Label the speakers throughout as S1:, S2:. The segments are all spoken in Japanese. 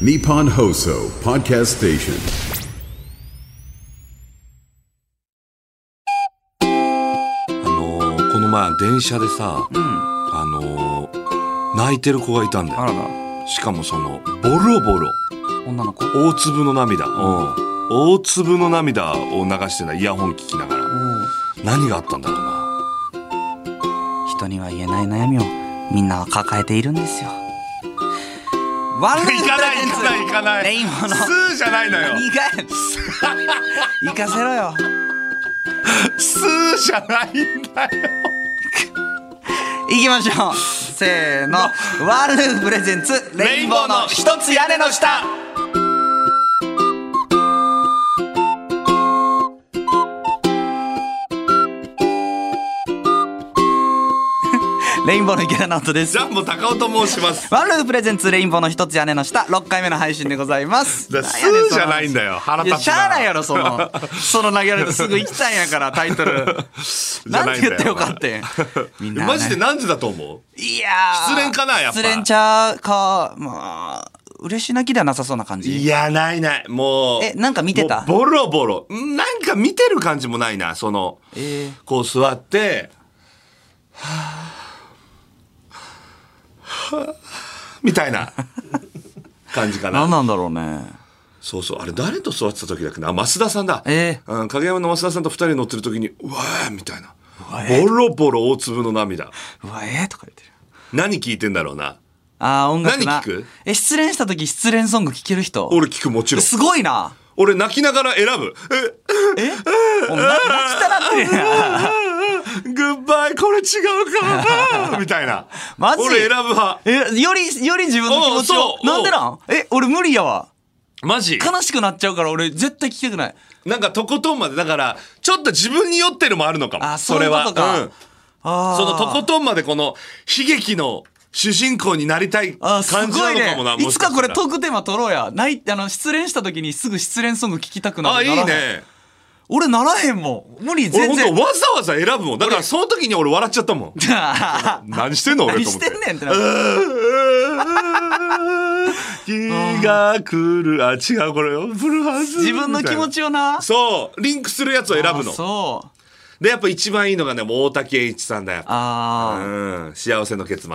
S1: Nippon Hoso Podcast Station.
S2: あのーこの前電車でさ、あのー泣いてる子がいたんだ
S3: あ
S2: よ
S3: らら、
S2: しかもそのボロボロ
S3: 女の子。
S2: 大粒の涙、うん、大粒の涙を流してないイヤホン聞きながら何があったんだろうな
S3: 人には言えない悩みをみんなは抱えているんですよ。ワンレンプレゼンツレインボーの
S2: ーじゃないの
S3: 何がや行かせろよ。
S2: スーじゃないんだよ
S3: 行きましょう。せーの。ワンルームプレゼンツレインボーの一つ屋根の下。レインボーの池田直人です
S2: ジ。ャンボ高尾と申します
S3: ワンループレゼンツレインボーの一つ屋根の下6回目の配信でございます。
S2: だ
S3: なんやねん
S2: スーじゃないんだよ
S3: その話
S2: 腹立つ
S3: い
S2: な
S3: やしゃあないやろそ のその投げられてすぐ行きたいんやからタイトル。なんて言ってよかって。みんな、ね、
S2: マジで何時だと思う
S3: いやー
S2: 失恋かなやっぱ
S3: 失恋ちゃうかまあ嬉し泣きではなさそうな感
S2: い
S3: じ。
S2: やないないもう
S3: えなんか見てた
S2: もうボロボロんなんか見てる感じもないなその、
S3: えー
S2: こう座ってはぁはぁみたいな感じかな
S3: 何なんだろうね。
S2: そうそうあれ誰と座ってた時だっけな増田さんだ、
S3: え
S2: うん、影山の増田さんと2人乗ってる時に「うわー」みたいなボロボロ大粒の涙
S3: うわえー、とか言ってる。
S2: 何聞いてんだろうな
S3: あー音楽な。
S2: 何聞く
S3: え失恋した時失恋ソング聴ける人。
S2: 俺聞くもちろん
S3: すごいな。
S2: 俺泣きながら選ぶ
S3: えもうな泣きたなってる やん。
S2: 「グッバイこれ違う か」みたいな
S3: マジ
S2: 俺選ぶ派
S3: え、より、より自分の気持ち
S2: おうそ
S3: を。
S2: う
S3: なんでなんえ、俺無理やわ。
S2: マジ
S3: 悲しくなっちゃうから俺絶対聞きたくない。
S2: なんかとことんまでだからちょっと自分に酔ってるもあるのかも
S3: あ、
S2: そ
S3: そうい
S2: れ
S3: うこ
S2: は
S3: とか。
S2: うん
S3: あー
S2: そのとことんまでこの悲劇の主人公になりたい
S3: あー
S2: 感
S3: す
S2: じなの
S3: ごい
S2: か
S3: ね
S2: もな。
S3: い
S2: も
S3: つ
S2: しか
S3: か
S2: した
S3: こ
S2: ら
S3: れトークテーマ取ろうや。ない、あの、失恋した時にすぐ失恋ソング聞きたくなる。
S2: あいい
S3: ならへん。
S2: ね
S3: 俺ならへんもん。無理、
S2: 俺
S3: 全
S2: 本
S3: 然。
S2: 当わざわざ選ぶもんだからその時に俺笑っちゃった もん何してんの俺
S3: 何
S2: と思
S3: し
S2: って
S3: てんねんってなる。
S2: 日が来るあ違うこれよブルーハーズ
S3: 自分の気持ちをな。
S2: そうリンクするやつを選ぶ
S3: あ
S2: の
S3: そう。で
S2: でやっぱ一番いいのがねもう大竹栄一さんだよ
S3: あー
S2: うん、幸せの結末。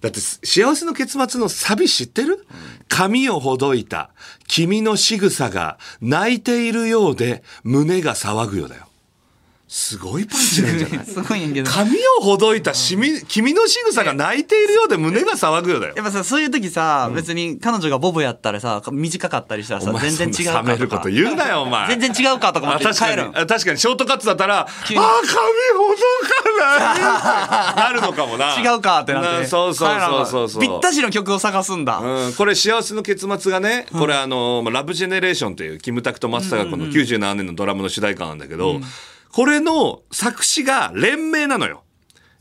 S2: だってす幸せの結末のサビ知ってる、髪をほどいた君の仕草が泣いているようで胸が騒ぐよだよすごいパンチなんじゃ ない
S3: すごいんやけど。
S2: 髪をほどいたしみ君の仕草が泣いているようで胸が騒ぐよだよ
S3: やっぱさ、そういう時さ、別に彼女がボブやったらさ、短かったりしたらさ
S2: お、前
S3: 全然違
S2: そ
S3: う
S2: んな
S3: か
S2: 冷め
S3: と
S2: るこ
S3: か
S2: と。言うなよお前
S3: 全然違うかとか思
S2: あ
S3: って
S2: 確か
S3: 帰
S2: に
S3: るん。
S2: あ確かにショートカットだったら「ああー
S3: 急
S2: 髪
S3: に
S2: ほどかない」なるのかもな
S3: 違うかってなって。
S2: そうそうそうそうそう
S3: 帰らんわぴったしの曲を探すんだ。
S2: うん、これ「幸せの結末」がね、これあのまあ「ラブジェネレーション」というキムタクと松たか子の97年のドラマの主題歌なんだけど、これの作詞が連名なのよ。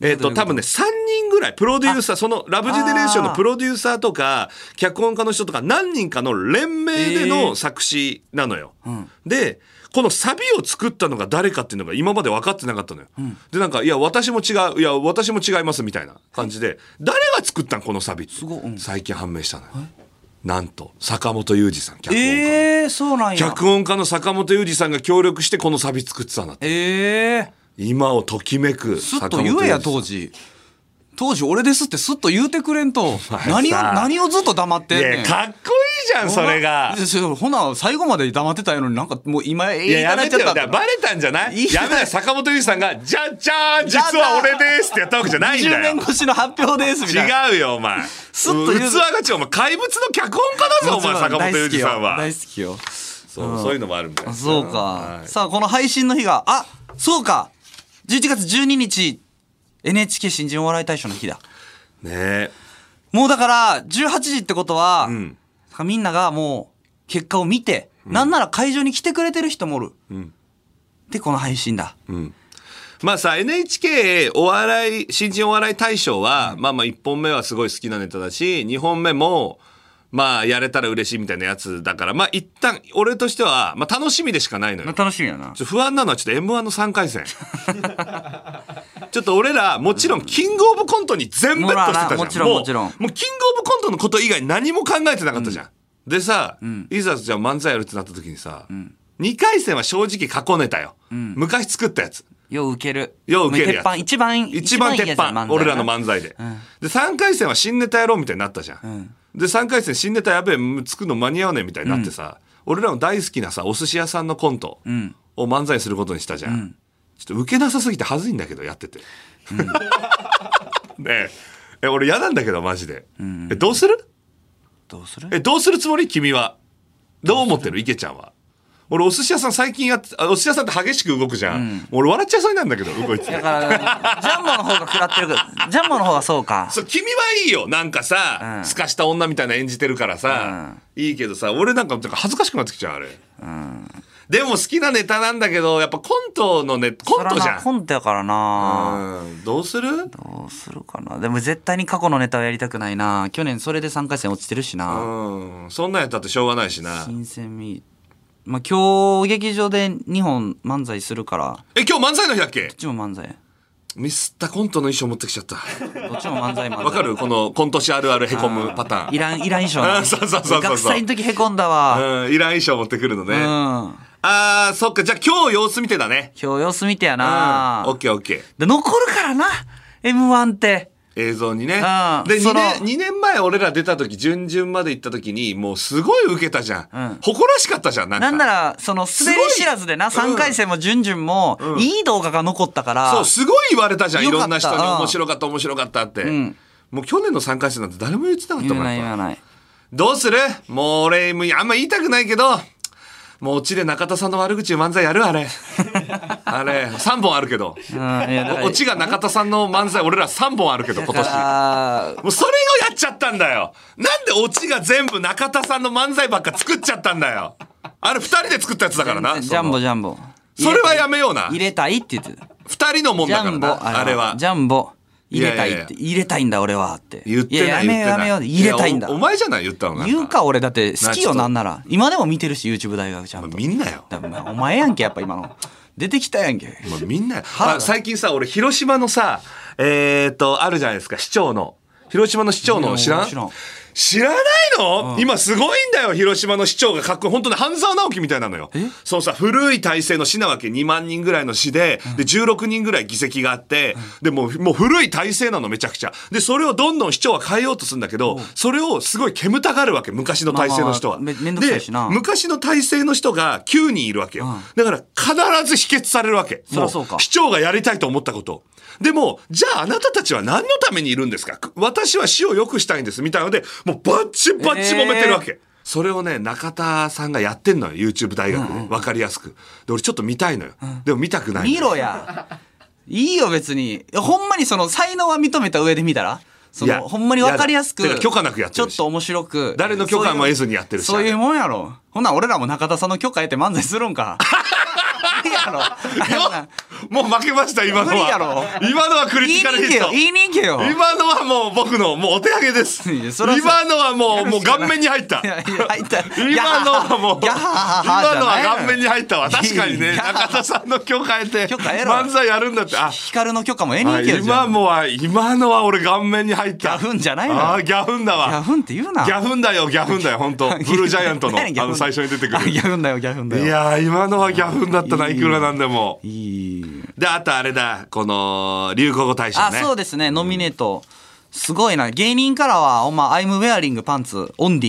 S2: えっ、と多分ね3人ぐらいプロデューサーその「ラブジェネレーション」のプロデューサーとか脚本家の人とか何人かの連名で
S3: へ
S2: の
S3: ー
S2: 作詞なのよ。でこのサビを作ったのが誰かっていうのが今まで分かってなかったのよ。でなんか「いや私も違ういや私も違います」みたいな感じで誰が作ったんこのサビって
S3: ごいうん
S2: 最近判明したのよ。なんと坂本雄二さん脚本家、
S3: えー、そうなんや
S2: 脚。本家の坂本雄二さんが協力してこのサビ作ってたんだって
S3: えー。
S2: 今をときめく
S3: すっ
S2: 坂
S3: と
S2: 本
S3: 言えや、
S2: 時
S3: 当時。当時俺ですってすっと言うてくれんと。何を、
S2: さ
S3: 何をずっと黙ってん
S2: い
S3: ね
S2: や
S3: ん。
S2: かっこいいじゃんそれが
S3: いやそうほな、最後まで黙ってたやのになんかもう今、え
S2: いややめてよ
S3: た
S2: だからバレたんじゃない
S3: いいじゃ
S2: や
S3: ない
S2: めなよ坂本龍一さんが「じゃじゃーん実は俺です」ってやったわけじゃないん
S3: 10
S2: だ
S3: 年
S2: よ
S3: 越しの発表ですみたいな。
S2: 違うよお前
S3: スッと言う
S2: 器が違うお前怪物の脚本家だぞお前坂本龍二さんは
S3: 大好きよ大好きよ
S2: そうそういうのもあるみたいな
S3: そうか、
S2: はい
S3: さあこの配信の日があそうか11月12日 NHK 新人お笑い大賞の日だ
S2: ねえ
S3: もうだから18時ってことは、
S2: ん
S3: みんながもう結果を見て、なんなら会場に来てくれてる人もおる、でこの配信だ、
S2: まあさ NHK お笑い新人お笑い大賞は、まあまあ1本目はすごい好きなネタだし2本目もまあ、やれたら嬉しいみたいなやつだから、まあ、一旦、俺としては、まあ、楽しみでしかないのよ。
S3: 楽しみや
S2: ち
S3: な
S2: ょっと不安なのはちょっと M1 の3回戦。 ちょっと俺ら、もちろん、キングオブコントに全ベットしてたじゃん。
S3: もちろん
S2: もう
S3: もちろん
S2: もう、キングオブコントのこと以外何も考えてなかったじゃん。でさ、いざじゃあ漫才やるってなった時にさ、2回戦は正直過去ネタよ。昔作ったやつ。
S3: よう受ける
S2: よう受けるやつ
S3: 鉄板一番
S2: 一番鉄
S3: いいやつや
S2: 板
S3: 漫才
S2: 俺らの漫才で、で3回戦は新ネタやろうみたいになったじゃん、で3回戦新ネタやべえ作るの間に合わねえみたいになってさ、俺らの大好きなさお寿司屋さんのコントを漫才にすることにしたじゃん、ちょっと受けなさすぎて恥ずいんだけどやってて、 ねええ俺嫌なんだけどマジで、えどうする
S3: どうする
S2: えどうするつもり君はどう思ってる池ちゃんは俺お寿司屋さん最近やってあお寿司屋さんって激しく動くじゃん、もう俺笑っちゃいそうになるんだけど動いてて
S3: だからジャンボの方が食らってるけどジャンボの方がそうか
S2: そう君はいいよなんかさ、
S3: うん
S2: すかした女みたいな演じてるからさ、いいけどさ俺なんかなんか恥ずかしくなってきちゃうあれ、でも好きなネタなんだけどやっぱコントのネコントじ
S3: そら
S2: ゃ、
S3: なコントやからなん
S2: うん、どうする
S3: どうするかなでも絶対に過去のネタはやりたくないな去年それで3回戦落ちてるし
S2: う
S3: なん
S2: そんなんやったってしょうがないしな
S3: 新鮮味まあ今日劇場で2本漫才するからどっ
S2: え今日漫才の日だっけ
S3: ちも漫才
S2: ミスったコントの衣装持ってきちゃった
S3: どっちも漫才漫才
S2: わかるこのコント師あるあるへこむパターン
S3: いらんいらん衣装な
S2: そうそうそうそうそう
S3: 学祭の時へこんだわ
S2: うん、いらん衣装持ってくるのね、
S3: うん
S2: あ
S3: 今
S2: あーそっかじゃあ今日様子見てだね
S3: 日様子見てや
S2: うん
S3: な
S2: オッケーオッケー
S3: で残るからな M1 って
S2: 映像にね。で、
S3: うんそ
S2: 2
S3: の
S2: 年、二年前俺ら出た時、準々まで行った時に、もうすごい受けたじゃん。
S3: うん
S2: 誇らしかったじゃん、なんか。
S3: なんならその滑り知らずでな
S2: ごいうん
S3: 3回戦も準々もいい動画が残ったから
S2: そう、すごい言われたじゃん、い
S3: よか
S2: ろ
S3: った
S2: んな人に
S3: うん
S2: 面白かった、面白かったって。
S3: ん
S2: もう去年の3回戦なんて誰も言ってなかった
S3: 言
S2: もん
S3: わない
S2: やっ
S3: 言
S2: ぱ
S3: わない
S2: どうするもう俺、もうあんま言いたくないけど、もうオチで中田さんの悪口漫才やるあ れ。あれ、3本あるけど。
S3: うんいやだから
S2: おオチが中田さんの漫才、俺ら3本あるけど、今
S3: だ
S2: 年。
S3: から
S2: もうそれをやっちゃったんだよなんでオチが全部中田さんの漫才ばっか作っちゃったんだよあれ二人で作ったやつだからな
S3: ジャン
S2: そ
S3: ボ
S2: の
S3: ジャンボ
S2: それはやめような
S3: 入れたいって言ってた
S2: 二人のもん
S3: ジ
S2: だから
S3: ャンボ
S2: なあれは
S3: ジャンボ入れたい
S2: いや
S3: っ
S2: い
S3: て
S2: や
S3: 入れたいんだ俺はって
S2: 言ってない
S3: ややめ
S2: 言
S3: よう
S2: って
S3: や
S2: な
S3: め
S2: い
S3: よう入れたいんだ
S2: やおお前じゃない言ったのなん
S3: 言うか俺だって好きよ
S2: な
S3: なんなら今でも見てるし YouTube 大学ちゃんと
S2: みんなよ
S3: だからお前やんけやっぱ今の出てきたやんけ
S2: もうみんな よあ最近さ俺広島のさえっとあるじゃないですか市長の広島の市長の知らん
S3: 知らん
S2: 知らないの、今すごいんだよ広島の市長がかっこいい本当に半沢直樹みたいなのよそのさ古い体制の市なわけ2万人ぐらいの市で,、で16人ぐらい議席があって、でもうもう古い体制なのめちゃくちゃでそれをどんどん市長は変えようとするんだけど、それをすごい煙たがるわけ昔の体制の人は、
S3: まあまあめめんどくさいしな
S2: で昔の体制の人が9人いるわけよ、だから必ず否決されるわけ
S3: そりゃそうか
S2: も市長がやりたいと思ったこと。でも、じゃああなたたちは何のためにいるんですかく私は市を良くしたいんです。みたいので、もうバッチバッチ揉めてるわけ。それをね、中田さんがやってんのよ。YouTube 大学で。わ、かりやすく。で、俺ちょっと見たいのよ。でも見たくないの。
S3: 見ろやいいよ別にほんまにその才能は認めた上で見たらそ
S2: いや
S3: のほんまに分かりやすく
S2: いやてか許可なくやって
S3: ちょ
S2: る
S3: っ
S2: し
S3: と面白く
S2: 誰の許可も得ず
S3: に
S2: にやってるし。
S3: そういうもんやろほんなん俺らも中田さんの許可得て漫才する んかいいやろ
S2: あれよもう負けました、今のは。
S3: 無理やろ
S2: 今のはクリ
S3: 言い
S2: ティカ
S3: に
S2: ル
S3: 行
S2: ヒ
S3: け
S2: ッ
S3: よ
S2: ト。
S3: 言いに行けよ
S2: 今のはもう僕の、もうお手上げです。
S3: いやそりゃそう
S2: 今のはもう、もう顔面に入った
S3: い。やいや入った
S2: 今のはもう、
S3: ギャ
S2: 今
S3: ハ
S2: の
S3: ハハハじゃない
S2: は顔面に入ったわ。確かに
S3: い
S2: ね、
S3: や
S2: 中田さんの許可得て、
S3: 許可得ろ
S2: 漫才やるんだって。あ、
S3: 光の許可も得に
S2: あ
S3: 行けよじゃ
S2: 今
S3: あ
S2: もは、今のは俺顔面に入った。
S3: ギャフンじゃないのよ
S2: あー、ギャフンだ
S3: ギャ
S2: わ。
S3: フンって言うな
S2: ギャフンだよ、ギャフンだよ、 本 当ブルージャイアントの、あ
S3: 何ギャフン
S2: の、最初に出てく
S3: あギ
S2: る。
S3: ャフンだよギャフンだよ
S2: いやー、今のはギャフンだったな、
S3: いい
S2: いくらなんでも。
S3: いい
S2: で、あとあれだ、この、流行語大賞
S3: あ、
S2: ね。
S3: そうですね、ノミネート。すごいな。芸人からは、お前、アイムウェアリングパンツ、オンデ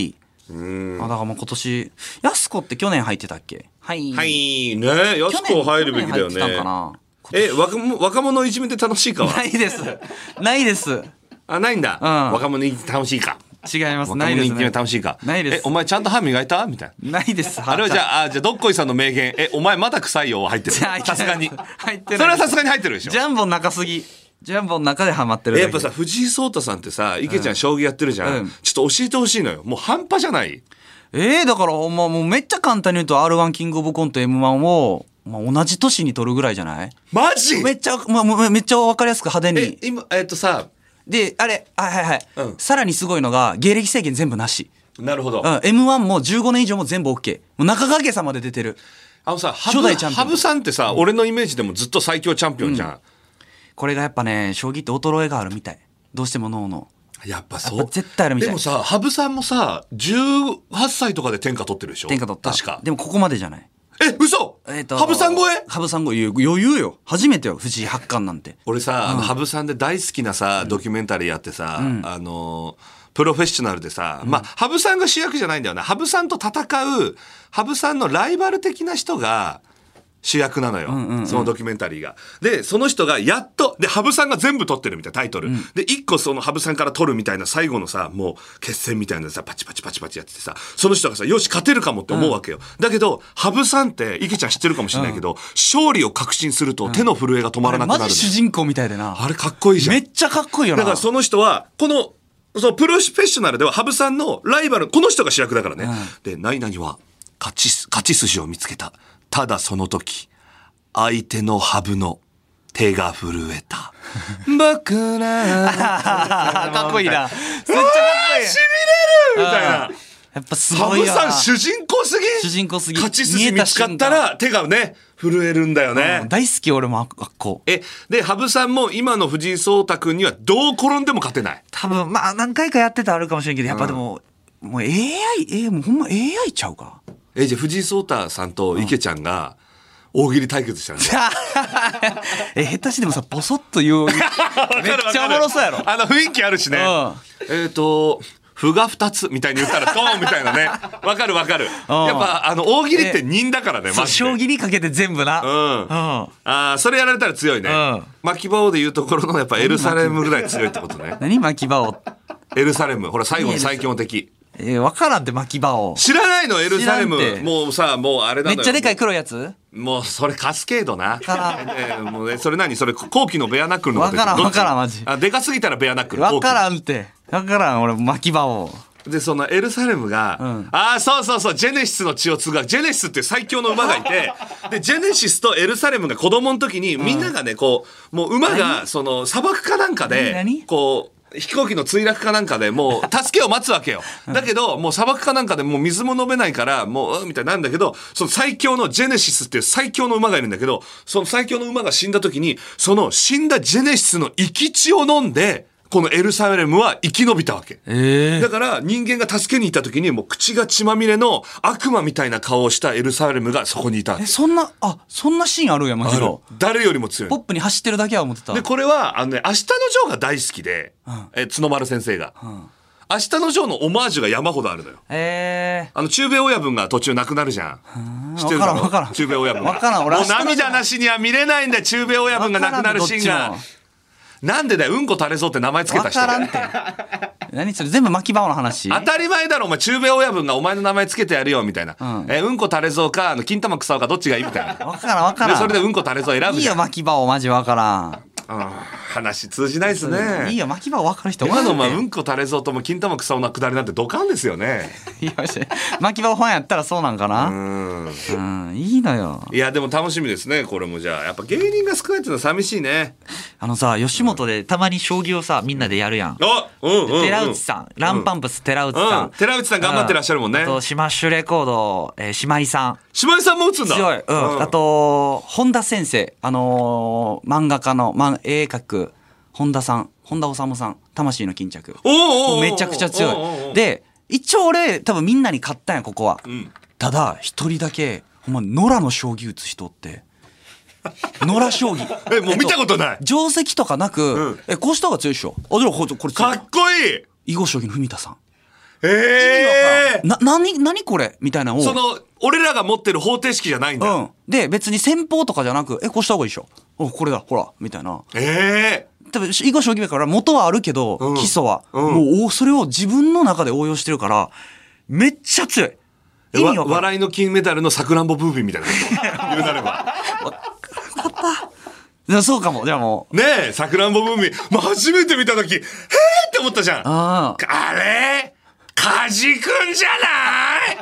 S3: ィ。あ、だからもう今年、やす子って去年入ってたっけはい。
S2: は。い、ね、やす子入るべきだよ
S3: 去年入って
S2: ね。
S3: たんかな
S2: え、若者若者いじめて楽しいかは
S3: ないです。ないです。
S2: あ、ないんだ。
S3: うん
S2: 若者いじめ楽しいか。
S3: 違います。
S2: 若
S3: な
S2: 者
S3: い
S2: 人
S3: です、
S2: 気め
S3: ね。
S2: 楽しいか。
S3: ないです
S2: え、お前ちゃんと歯磨いたみたいな。
S3: ないです。
S2: あれはじゃあ、あじゃあ、どっこいさんの名言、え、お前まだ臭いよは入ってる。
S3: じゃあ
S2: さすがに。
S3: 入ってない
S2: それはさすがに入ってるでしょ
S3: ジ。ャンボ中すぎ。ジャンボの中でハマってる
S2: え
S3: だけ。
S2: やっぱさ、藤井聡太さんってさ、池ちゃん将棋やってるじゃん。
S3: うん
S2: ちょっと教えてほしいのよ。もう半端じゃない。
S3: えー、だからほんまもうめっちゃ簡単に言うと R1 キングオブコント M1 を、まあ、同じ年に取るぐらいじゃない
S2: マジ
S3: めっちゃ、まあ、もうめっちゃわかりやすく派手
S2: え
S3: に、。
S2: 今、えっとさ、
S3: で、あれ、あはいはいはい、
S2: うん
S3: さらにすごいのが、芸歴制限全部なし。
S2: なるほど
S3: うん、M1 も15年以上も全部 OK。もう中川家さんまで出てる。
S2: あのさ羽
S3: 初代チャ
S2: 生
S3: ンピ
S2: 羽
S3: オン
S2: 生さんってさ俺のイメージでもずっと最強チャンピオンじゃん、
S3: これがやっぱね、将棋って衰えがあるみたい。どうしても脳の。
S2: やっぱそう
S3: やっぱ絶対あるみたい
S2: でもさ羽生さんもさ18歳とかで天下取ってるでしょ
S3: 天下取った。
S2: 確か
S3: でもここまでじゃない。
S2: え嘘
S3: えっ
S2: 羽生さん超え
S3: 羽生さん超え。余裕よ。初めてよ、藤井八冠なんて。
S2: 俺さ、あの羽生さんで大好きなさ、ドキュメンタリーやってさ、あのープロフェッショナルでさ、まあ、羽生さんが主役じゃないんだよな。羽生さんと戦う、羽生さんのライバル的な人が主役なのよ。そのドキュメンタリーが。で、その人がやっと、で、羽生さんが全部取ってるみたいなタイトル。で、一個その羽生さんから取るみたいな最後のさ、もう決戦みたいなさ、パチパチパチパチやっててさ、その人がさ、よし、勝てるかもって思うわけよ。だけど、羽生さんって、池ちゃん知ってるかもしれないけど、勝利を確信すると手の震えが止まらなくな
S3: マ
S2: るのよ。
S3: ジ主人公みたいでな。
S2: あれかっこいいじゃん。
S3: めっちゃかっこいいよな。
S2: だからその人は、この、そのプロフェッショナルでは、羽生さんのライバル、この人が主役だからね。で、何々は、勝ちす、勝ち筋を見つけた。ただその時、相手の羽生の手が震えた。僕ら、
S3: かっこい いな。めっちゃかっこいい。
S2: しびれるみたいな。
S3: やっぱすごい
S2: 羽生
S3: よな。
S2: さん主人公すぎ
S3: 主人公すぎ
S2: 勝ち筋見つかったら手がね、震えるんだよね。
S3: うん大好き俺もああっこ。
S2: え、で、羽生さんも今の藤井聡太君にはどう転んでも勝てない。
S3: 多分まあ何回かやってたらあるかもしれんけどやっぱでも、もう AI えもうほんま AI ちゃう か
S2: えじゃあ藤井聡太さんと池ちゃんが大喜利対決したん ですよ
S3: え下手してでもさボソッと 言うめっちゃおもろそうやろ
S2: あの雰囲気あるしね、
S3: う
S2: えっ、と歩が2つみたいに言ったらドーン みたいなねわかるわかるやっぱあの大喜利って人だからね
S3: そ
S2: マ
S3: う
S2: ジ
S3: 将
S2: で
S3: 棋にかけて全部な、
S2: うんああーそれやられたら強いね、
S3: うん
S2: 巻き棒で言うところのやっぱエルサレムぐらい強いってことね
S3: 何巻き場を、
S2: エルサレムほら最後の最強敵
S3: えー、分からんって巻き場を
S2: 知らないのエルサレム
S3: 知らんて
S2: もうさもうあれな
S3: め
S2: のよ
S3: っちゃでかい黒いやつ
S2: もうそれカスケードな。
S3: から
S2: えーもうねそれ何それ後期のベアナックルのこと
S3: わからん
S2: どっち
S3: わからんマジ
S2: あでかすぎたらベアナックル。
S3: 分から
S2: 後
S3: んって分からん俺巻き場を
S2: 期でそのエルサレムが、
S3: ん
S2: ああそうそうそうジェネシスの血を継ぐジェネシスっていう最強の馬がいてでジェネシスとエルサレムが子供の時にみんながねこうもう馬がその砂漠かなんかで
S3: 何何
S2: こう飛行機の墜落かなんかでもう助けを待つわけよ。だけどもう砂漠かなんかでもう水も飲めないからもううんみたいになんだけどその最強のジェネシスっていう最強の馬がいるんだけどその最強の馬が死んだ時にその死んだジェネシスの生き血を飲んでこのエルサレムは生き延びたわけ。 だから人間が助けに行った時にもう口が血まみれの悪魔みたいな顔をしたエルサレムがそこにいたわけ
S3: えそんなあそんなシーンあるんや巻き場
S2: 誰よりも強い
S3: ポップに走ってるだけは思ってた
S2: でこれはあの、ね「明日のジョー」が大好きで、え角丸先生が、明日のジョー」のオマージュが山ほどあるのよ
S3: え
S2: あの中米親分が途中亡くなるじゃん知ってるだろ
S3: わからんわからん
S2: 中米親分が
S3: わからん俺
S2: も
S3: 明
S2: う
S3: 日のジョー
S2: 涙なしには見れないんだ中米親分が亡くなるシーン
S3: わからんど
S2: が
S3: っち
S2: なんでだようんこ垂れそうって名前つ
S3: ー、
S2: け
S3: わ
S2: た人
S3: からんって何それ全部巻き場の話
S2: 当たり前だろお前中米親分がお前の名前つけてやるよみたいな、うん、えうんこ垂れそうかあの金玉草かどっちがいいみたいな
S3: わからんわから
S2: で
S3: ん
S2: それでうんこ垂れそう選ぶ
S3: いい
S2: じゃ
S3: よ
S2: ん
S3: 巻き場をマジわから
S2: うん話通じないです
S3: ん、
S2: ね
S3: いいよ巻き場をわかる人
S2: 今のまあ
S3: お
S2: う
S3: ら
S2: ん
S3: て
S2: んこ垂れそうとも金玉草のくだりなんてドカンですよね。
S3: いやマジで巻き場ファンやったらそうなんかなうん、いいのよ
S2: いやでも楽しみですねこれもじゃあやっぱ芸人が少ないっていうのは寂しいね。
S4: あのさ吉本でたまに将棋をさみんなでやるやん、
S2: あうんうん、うん、
S4: 寺内さん、ランパンプス寺内さん、
S2: うん寺内さん頑張ってらっしゃるもんね
S4: あとスマッシュレコード、えー、島井さん
S2: 島井さんも打つんだ。
S4: 強い、うん
S2: うん
S4: あ
S3: あと本田先生あのー漫画家の、ま、絵描く本田さん本田修さん魂の巾着
S2: おうおうおう
S3: もうめちゃくちゃ
S2: おうおうおう
S3: 強いで一応俺多分みんなに勝ったんやここは、
S2: ん
S3: ただ一人だけほんま野良の将棋打つ人おって野良将棋
S2: えもう見たことない
S3: えっ定石とかなく、
S2: うん
S3: えこうした方が強いでしょあじゃあこれこれ強
S2: か
S3: い
S2: っこいい
S3: 囲碁将棋の文田さん
S2: ええ
S3: な何何これみたいなのを
S2: その俺らが持ってる方程式じゃないんだ。
S3: うん、で別に戦法とかじゃなくえこうした方がいいでしょおこれだほらみたいな
S2: ええ
S3: 多分囲碁将棋だから元はあるけど、
S2: ん
S3: 基礎は、
S2: うん
S3: もうおそれを自分の中で応用してるからめっちゃ強い意味
S2: わ
S3: わからん
S2: 笑いの金メダルのさくらんぼブービーみた いなこと言うなれば
S3: うんそうかもじゃあもう
S2: ねえさくらんぼブービー、まあ、初めて見た時へえって思ったじゃん
S3: ああ
S2: あれカジくんじゃない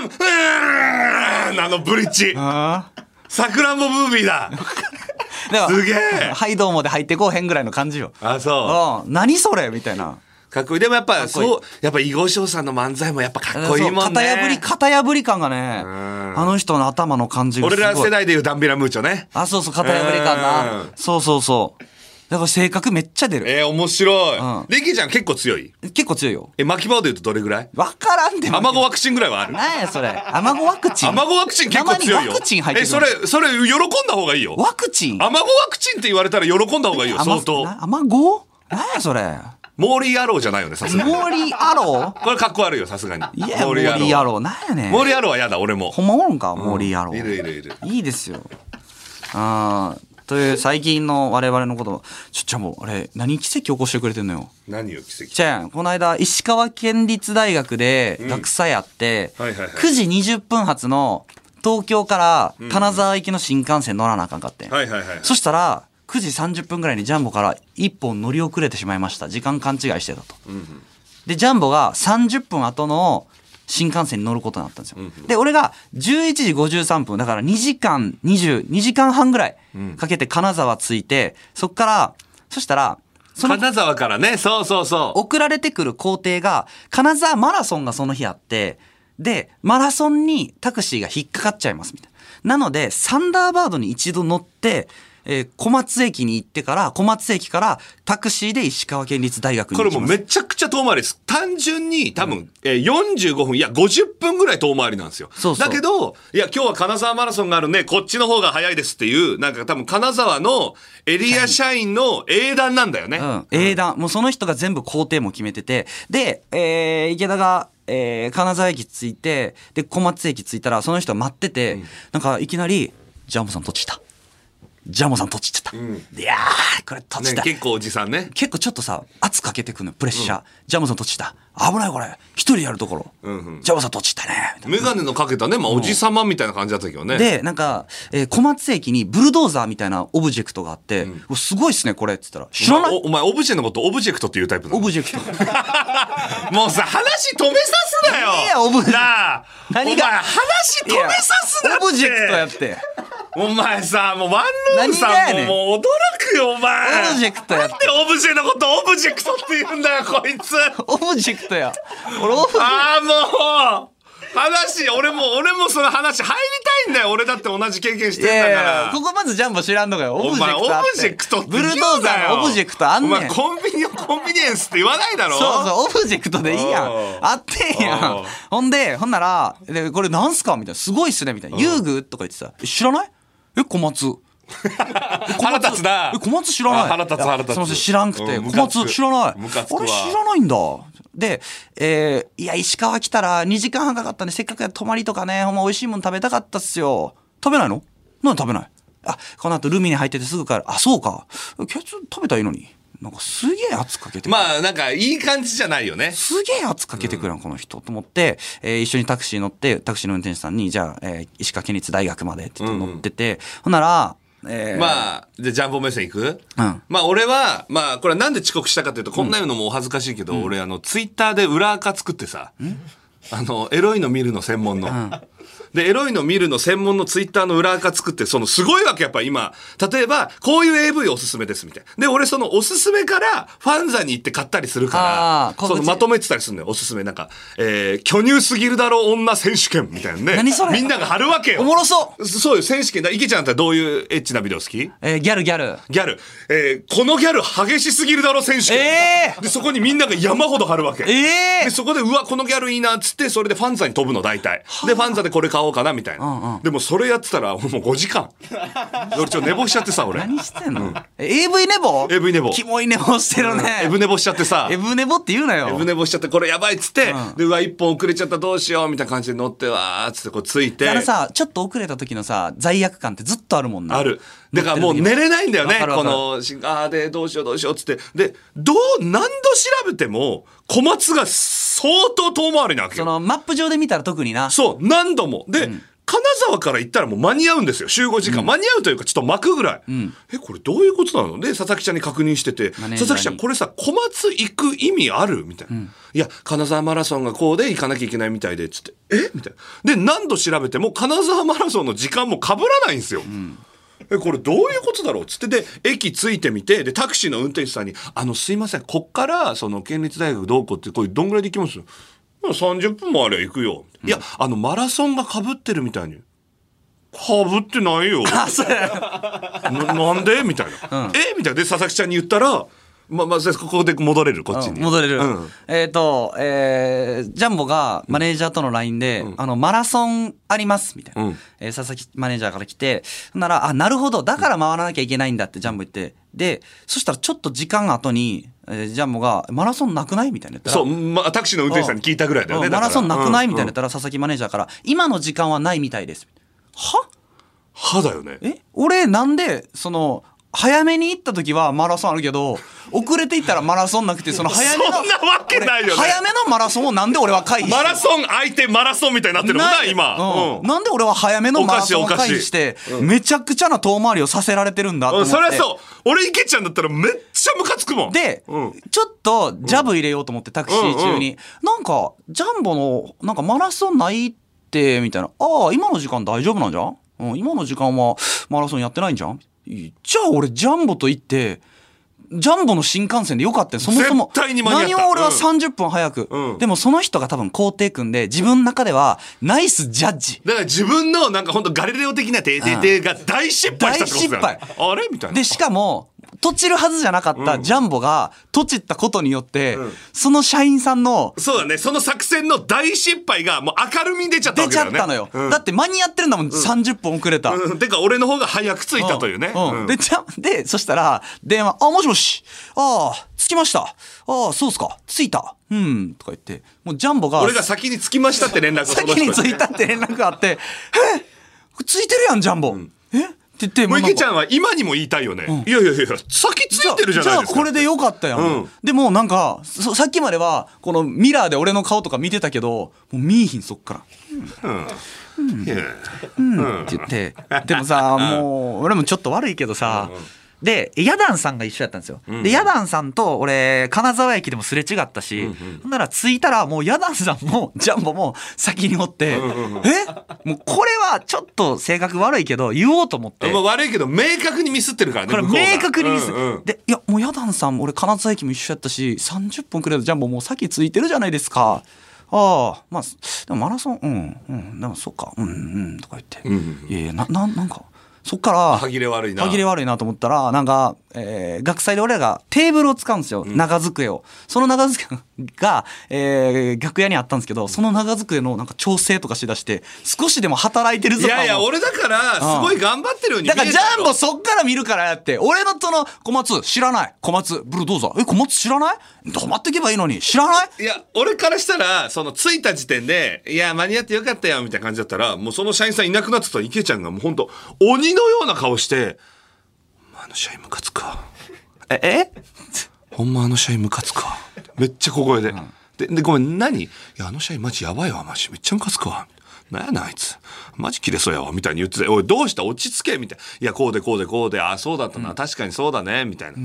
S2: うんうーんあのブリッジ
S3: あ
S2: さくらんぼムービーだ
S3: だから
S2: すげえ
S3: はいどうも」で入ってこうへんぐらいの感じよ
S2: あそ
S3: うん何それみたいな
S2: うかっこいい。でもやっぱ、
S3: こいい
S2: そう、やっぱ囲碁将さんの漫才もやっぱかっこいいもんね。
S3: そう型破り、型破り感がね、あの人の頭の感じがす
S2: 俺
S3: ごい。
S2: ら世代でいうダンビラムーチョね。
S3: あ、そうそう、型破り感
S2: う。
S3: なんそうそうそう。だから性格めっちゃ出る。
S2: えー、面白い。
S3: うん
S2: リキちゃん結構強い。
S3: 結構強いよ。
S2: え、巻き場で言うとどれぐらい
S3: わからんでも。
S2: 卵ワクチンぐらいはある。
S3: なんやそれ。アマゴワクチン。
S2: アマゴワクチン結構強い
S3: 生
S2: よ。
S3: にワクチン入って
S2: え、
S3: る。
S2: そ。れ、それ喜んだ方がいいよ。
S3: ワクチン
S2: アマゴワクチンって言われたら喜んだ方がいいよ、
S3: アマ
S2: 相当。
S3: なアマゴなんやそれ。
S2: モーリーアローじゃないよね、さすがに。
S3: モーリーアロ
S2: これかっこ悪いよ、さすがに。
S3: ーいや、モーリーアロー。なんやねん。
S2: モーリーアローは嫌だ、俺も。
S3: ほんまおるんか、モーリーアロー。
S2: いるいるいる。
S3: いいですよ。あーという最近の我々のこと、ちょ、じゃあもう、あれ、何奇跡起こしてくれてんのよ。
S2: 何よ、奇跡。
S3: じゃあ、この間、石川県立大学で学祭やって、
S2: はいはいはい
S3: 9時20分発の東京から金沢行きの新幹線乗らなあかんかってん。
S2: はいはいはい。
S3: そしたら、9時30分ぐらいにジャンボから1本乗り遅れてしまいました。時間勘違いしてたと。で、ジャンボが30分後の新幹線に乗ることになったんですよ。で、俺が11時53分、だから2時間20、2時間半ぐらいかけて金沢着いて、そっから、そしたら、その
S2: 金沢からね、そうそうそう。
S3: 送られてくる工程が、金沢マラソンがその日あって、で、マラソンにタクシーが引っかかっちゃいますみたいな。なので、サンダーバードに一度乗って、えー小松駅に行ってから、小松駅からタクシーで石川県立大学に
S2: こ
S3: 行
S2: れ
S3: き
S2: もう
S3: ます。
S2: めちゃくちゃ遠回りです。単純に多分、えー45分、いや50分ぐらい遠回りなんですよ。
S3: そうそう
S2: だけど、いや今日は金沢マラソンがあるんで、こっちの方が早いですっていう、なんか多分金沢のエリア社員の英断なんだよね。
S3: うん、英断。もうその人が全部工程も決めてて、で、えー池田が、えー金沢駅着いて、で、小松駅着いたら、その人は待ってて、なんかいきなり、ジャンボさんとちた。ジャンボさんとちってた。いやー、これとち
S2: ね
S3: た。、
S2: 結構おじさんね。
S3: 結構ちょっとさ圧かけてくのよプレッシャー、ジャムさんとちた危ないこれ一人でやるところ、ジャムさんとちたねみたいな
S2: メガネのかけたね、まあおじ様みたいな感じだったけどね。
S3: でなんか、えー小松駅にブルドーザーみたいなオブジェクトがあって「おすごいっすねこれ」っつったら「知らない
S2: おお前オブジェのことオブジェクトっていうタイプだ
S3: オブジェクト」
S2: もうさ話止めさすなよ
S3: いやオブジェ
S2: なあ
S3: 何が
S2: お前話止めさすなって
S3: オブジェクトやって
S2: お前さもうワンルームさ
S3: 何がや
S2: ん
S3: ねん
S2: ももう驚くよお前
S3: オブジェクトや
S2: な
S3: っ
S2: ん
S3: て
S2: でオブジェのことオブジェクトって言うんだよこい つ
S3: オブジェクトや俺オブ
S2: ああもう話俺も俺もその話入りたいんだよ俺だって同じ経験してん
S3: い
S2: だから
S3: やいやここまずジャンボ知らんのかよオ
S2: お
S3: ブジェ
S2: 前
S3: ク
S2: オ
S3: トあって
S2: ブジェクトって
S3: ブ
S2: 言う
S3: ル
S2: な
S3: ド
S2: よ
S3: ーザーのオブジェクトあんねん
S2: お前コンビニをコンビニエンスって言わないだろ
S3: そうそう、オブジェクトでいいやん
S2: おう。
S3: あってんや。
S2: おうん
S3: ほんで、ほんなら、でこれなんすかみたいな。すごいっすねみたいな。遊具とか言ってさ、え知らないえ、小松。
S2: 腹立つな
S3: え、小松知らない
S2: あ腹立つ
S3: いや
S2: 腹立つ
S3: すいません、知らんくて。
S2: うん
S3: 小松知らない。
S2: ムカつくわ
S3: 俺知らないんだ。で、えーいや、石川来たら2時間半かかったね。せっかくや泊まりとかね、ほんま美味しいもん食べたかったっすよ。食べないのなんで食べないあ、この後ルミに入っててすぐ帰る。あ、そうか。ケツ食べたらいいのに。なんかすげえ圧かけてくる
S2: まあなんかいい感じじゃないよね
S3: すげえ圧かけてくるな、この人と思って、えー一緒にタクシー乗ってタクシーの運転手さんにじゃあ、えー石川県立大学までって言って乗ってて、ほんなら、えー
S2: まあ、で、ジャンボ目線いく、
S3: うん
S2: まあ、俺は、まあ、これはなんで遅刻したかというと、こんな言うのもお恥ずかしいけど、俺、あの、ツイッターで裏垢作ってさ、あの、エロいの見るの専門の。で、エロいの見るの専門のツイッターの裏垢作って、そのすごいわけやっぱ今、例えば、こういう AV おすすめですみたいな。で、俺そのおすすめからファンザに行って買ったりする
S3: あ
S2: か
S3: ー
S2: ら、
S3: 告
S2: そ
S3: 知
S2: のまとめてたりするのよ、おすすめ。なんか、えー、巨乳すぎるだろう女選手権みたいなね。
S3: 何それ
S2: みんなが貼るわけよ。
S3: おもろそう
S2: そうよ、選手権だ。池ちゃんだったらどういうエッチなビデオ好き
S3: えーギャルギャル
S2: ギャル、えーこのギャル激しすぎるだろ選手権、
S3: えー
S2: でそこにみんなが山ほど貼るわけ、
S3: えー
S2: でそこでうわこのギャルいいなっつってそれでファンザに飛ぶの大体でファンザでこれ買おうかなみたいな、でもそれやってたらもう5時間俺ちょっと寝坊しちゃってさ俺
S3: 何してんの、え AV 寝坊
S2: AV 寝坊
S3: キモい寝坊してるね、
S2: エブ寝坊しちゃってさ
S3: エブ寝坊って言うなよ
S2: エブ寝坊しちゃってこれやばいっつって、
S3: うん
S2: でうわ1本遅れちゃったどうしようみたいな感じで乗ってわーっつってこうついて
S3: あのさちょっと遅れた時のさ罪悪感ってずっとあるもんな
S2: ある。だからもう寝れないんだよね
S3: わ。かるわ
S2: こ
S3: かる
S2: の、しあーで、どうしようどうしようっつって。で、どう、何度調べても、小松が相当遠回りなわけ
S3: そ
S2: よ。
S3: のマップ上で見たら特にな
S2: そう、何度も。で、金沢から行ったらもう間に合うんですよ。集合時間。間に合うというか、ちょっと巻くぐらい。え、これどういうことなので、佐々木ちゃんに確認してて、佐
S3: マネージャーに
S2: 々木ちゃん、これさ、小松行く意味あるみたいな、いや、金沢マラソンがこうで行かなきゃいけないみたいで、つって、えみたいな。で、何度調べても、金沢マラソンの時間も被らないんですよ。えこれどういうことだろうっつってで駅着いてみてでタクシーの運転手さんに「あのすいませんこっからその県立大学どうこうってこれどんぐらいで行きます?」まあ30分もありゃ行くよ。いや、あの、マラソンが被ってるみたいに。被ってない よ。ななんでみたいな。えみたいな。で、佐々木ちゃんに言ったら、ま、ま、ここで戻れる、こっちに。
S3: 戻れる、
S2: うん
S3: えっ、と、えージャンボがマネージャーとの LINE で、あのマラソンありますみたいな、
S2: うん
S3: えー佐々木マネージャーから来てほんならあなるほどだから回らなきゃいけないんだってジャンボ言ってでそしたらちょっと時間後に、えージャンボが「マラソンなくない?」みたいな言ったら
S2: そう、ま、タクシーの運転手さんに聞いたぐらいだよね。
S3: うん
S2: だ
S3: マ
S2: から
S3: ラソンなくないみた
S2: う
S3: いな
S2: ん
S3: 言ったら、佐々木マネージャーから「今の時間はないみたいです」は
S2: 歯だよね。
S3: え俺なんでその早めに行った時はマラソンあるけど遅れて行ったらマラソンなくてその早
S2: そ
S3: め
S2: ん
S3: の
S2: なわけないよね。
S3: 早めのマラソンをなんで俺は回避して
S2: マラソン相手マラソンみたいになってるもんな、
S3: い
S2: 今。
S3: うんなんで俺は早めのマラソンを
S2: おかしいおか
S3: 回
S2: しい
S3: 避してめちゃくちゃな遠回りをさせられてるんだ
S2: う
S3: と思
S2: ん。
S3: って
S2: そりゃそう。俺、池ちゃんだったらめっちゃムカつくもん。
S3: で、
S2: うん
S3: ちょっとジャブ入れようと思ってタクシー中に、なんかジャンボのなんかマラソンないってみたいな「ああ今の時間大丈夫なんじゃん、うん、今の時間はマラソンやってないんじゃん?」じゃあ俺ジャンボと行ってジャンボの新幹線でよかったよそもそも
S2: 絶対に間に合った
S3: 何を俺は
S2: うん
S3: 30分早く、
S2: うん
S3: でもその人が多分肯定君で自分の中ではナイスジャッジ
S2: だから自分のなんか本当ガリレオ的なてーてーてーが大失敗したってことだよね
S3: 大失
S2: あれみたいな
S3: でしかもとちるはずじゃなかったジャンボがとちったことによって、その社員さんの
S2: そうだねその作戦の大失敗がもう明るみに出ちゃったわ
S3: 出
S2: けだよ
S3: ちゃっ
S2: ね
S3: たのよ、
S2: うん
S3: だって間に合ってるんだもん、30分遅れた、
S2: うんてか俺の方が早く着いたというね、
S3: ん
S2: うん
S3: でじゃでそしたら電話「あもしもしああ着きましたああそうっすか着いたうん」とか言ってもうジャンボが
S2: 俺が先に着きましたって連絡をその
S3: 先
S2: 人
S3: に着いたって連絡があって「え着いてるやんジャンボ、えっ?」て言って
S2: もう
S3: なんか
S2: 池ちゃんは今にも言いたいよね、いやいやいや先着いてるじゃないですか
S3: あこれでよかったやん、
S2: うん
S3: でもなんかそさっきまではこのミラーで俺の顔とか見てたけどもう見えひんそっから
S2: いや
S3: って言ってでもさもう俺もちょっと悪いけどさ、
S4: で、ヤダンさんが一緒やったんですよ。で、ヤダンさんと俺、金沢駅でもすれ違ったし、ほんなら着いたらもうヤダンさんもジャンボも先におって、えもうこれはちょっと性格悪いけど言おうと思って
S2: ま。あ悪いけど明確にミスってるからね
S4: これ
S2: 向こうが
S4: 明確にミス、
S2: うんうん
S3: でいやもうヤダンさん俺金沢駅も一緒やったし30分くらいのジャンボもう先ついてるじゃないですかああまあでもマラソンうんうんでもそっかうんうんとか言って、いやいやなななんかそっから
S2: 歯切れ悪いな
S3: 歯切れ悪いなと思ったらなんか、えー学祭で俺らがテーブルを使うんですよ長机を、その長机が、えー楽屋にあったんですけどその長机のなんか調整とかしだして少しでも働いてる
S2: い
S3: ぞ
S2: やいや
S3: 感を
S2: 俺だからすごい頑張ってるように見
S3: だ
S2: えた
S3: から
S2: よ
S3: ジャンボそっから見るからやって俺のその小松知らない小松ブルドーザーえ小松知らない止まってけばいいのに知らない
S2: いや、俺からしたら、その、着いた時点で、いや、間に合ってよかったよ、みたいな感じだったら、もうその社員さんいなくなってた池ちゃんがもうほんと、鬼のような顔して、ほんまあの社員ムカつくわ。
S3: ええ
S2: ほんまあの社員ムカつくわ。めっちゃ小声で。で、でごめん、何いや、あの社員マジやばいわ、マジ。めっちゃムカつくわ。なんやな、あいつ。マジ切れそうやわ、みたいに言ってて、おい、どうした落ち着けみたいな。いや、こうでこうでこうで、あ、そうだったな、確かにそうだね、みたいな。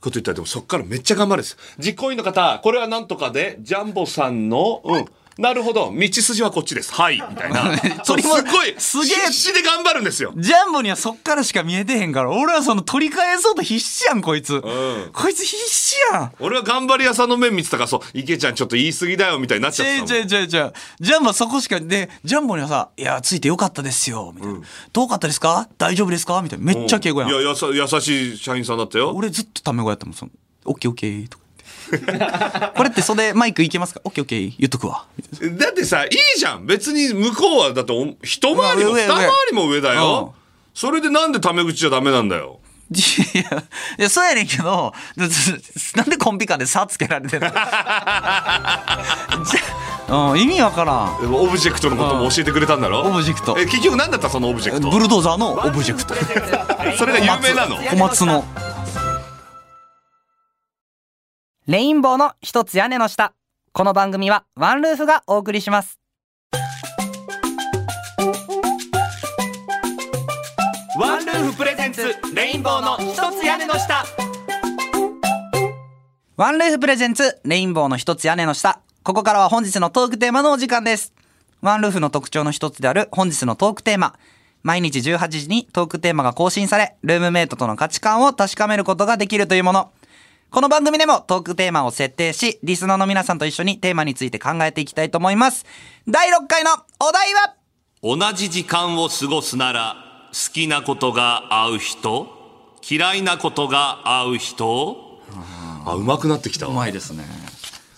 S2: こと言ったらでもそっからめっちゃ頑張るんです実行委員の方これはなんとかでジャンボさんのうんなるほど道筋はこっちですはいみたい なそう
S3: 鳥
S2: す
S3: も
S2: っごい
S3: すげえ
S2: 必死で頑張るんですよ
S3: ジャンボにはそっからしか見えてへんから俺はその取り返そうと必死やんこいつ、こいつ必死やん
S2: 俺は頑張り屋さんの面見てたからそう池ちゃんちょっと言い過ぎだよみたいになっち
S3: ち
S2: ゃってた
S3: ゃう
S2: もん
S3: ちゃうちゃうちゃうジャンボはそこしかでジャンボにはさ「いやついてよかったですよ」みたいな「遠かったですか大丈夫ですか?」みたいなめっちゃ敬語やん
S2: いややさ優しい社員さんだったよ
S3: 俺ずっとタメ語やったもんその「オッケーオッケー」とか 言ってこれって袖マイクいけますか「オッケーオッケー」言っとくわ
S2: だってさいいじゃん別に向こうはだってお一回りも
S3: まあ上上
S2: 二回りも上だよ
S3: う
S2: それでなんでタメ口じゃダメなんだよ
S4: いや、いやそうやねんけど、ずずなんでコンビ間で差つけられて んのじゃ
S3: うん意味わからん
S2: でもオブジェクトのことも教えてくれたんだろ
S3: オブジェクト
S2: え結局何だったそのオブジェクト
S3: ブルドーザーのオブジェクト
S2: それが有名なの
S3: 小松の
S5: レインボーの一つ屋根の下。この番組はワンルーフがお送りします。
S2: ワンルーフプレゼンツレインボーの
S5: 一つ屋根の下。ワンルーフプレゼンツレインボーの一つ屋根の下。ここからは本日のトークテーマのお時間です。ワンルーフの特徴の一つである本日のトークテーマ。
S3: 毎日18時にトークテーマが更新され、ルームメイトとの価値観を確かめることができるというもの。この番組でもトークテーマを設定し、リスナーの皆さんと一緒にテーマについて考えていきたいと思います。第6回のお題は
S2: 同じ時間を過ごすなら好きなことが合う人嫌いなことが合う人あうまくなってきたわ
S3: いですね。